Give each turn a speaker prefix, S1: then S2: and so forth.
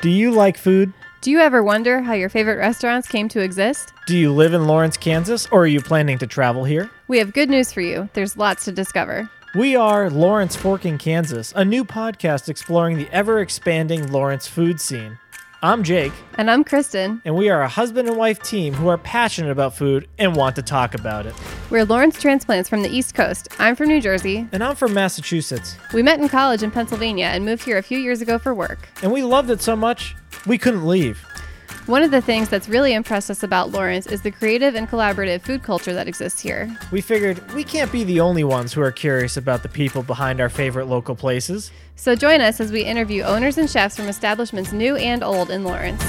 S1: Do you like food?
S2: Do you ever wonder how your favorite restaurants came to exist?
S1: Do you live in Lawrence, Kansas, or are you planning to travel here?
S2: We have good news for you. There's lots to discover.
S1: We are Lawrence Forking, Kansas, a new podcast exploring the ever expanding Lawrence food scene. I'm Jake,
S2: And I'm Kristen.
S1: and we are a husband and wife team who are passionate about food and want to talk about it.
S2: We're Lawrence transplants from the East Coast. I'm from New Jersey.
S1: And I'm from Massachusetts,
S2: We met in college in Pennsylvania and moved here a few years ago for work.
S1: and we loved it so much, we couldn't leave.
S2: One of the things that's really impressed us about Lawrence is the creative and collaborative food culture that exists here.
S1: We figured we can't be the only ones who are curious about the people behind our favorite local places.
S2: So join us as we interview owners and chefs from establishments new and old in Lawrence.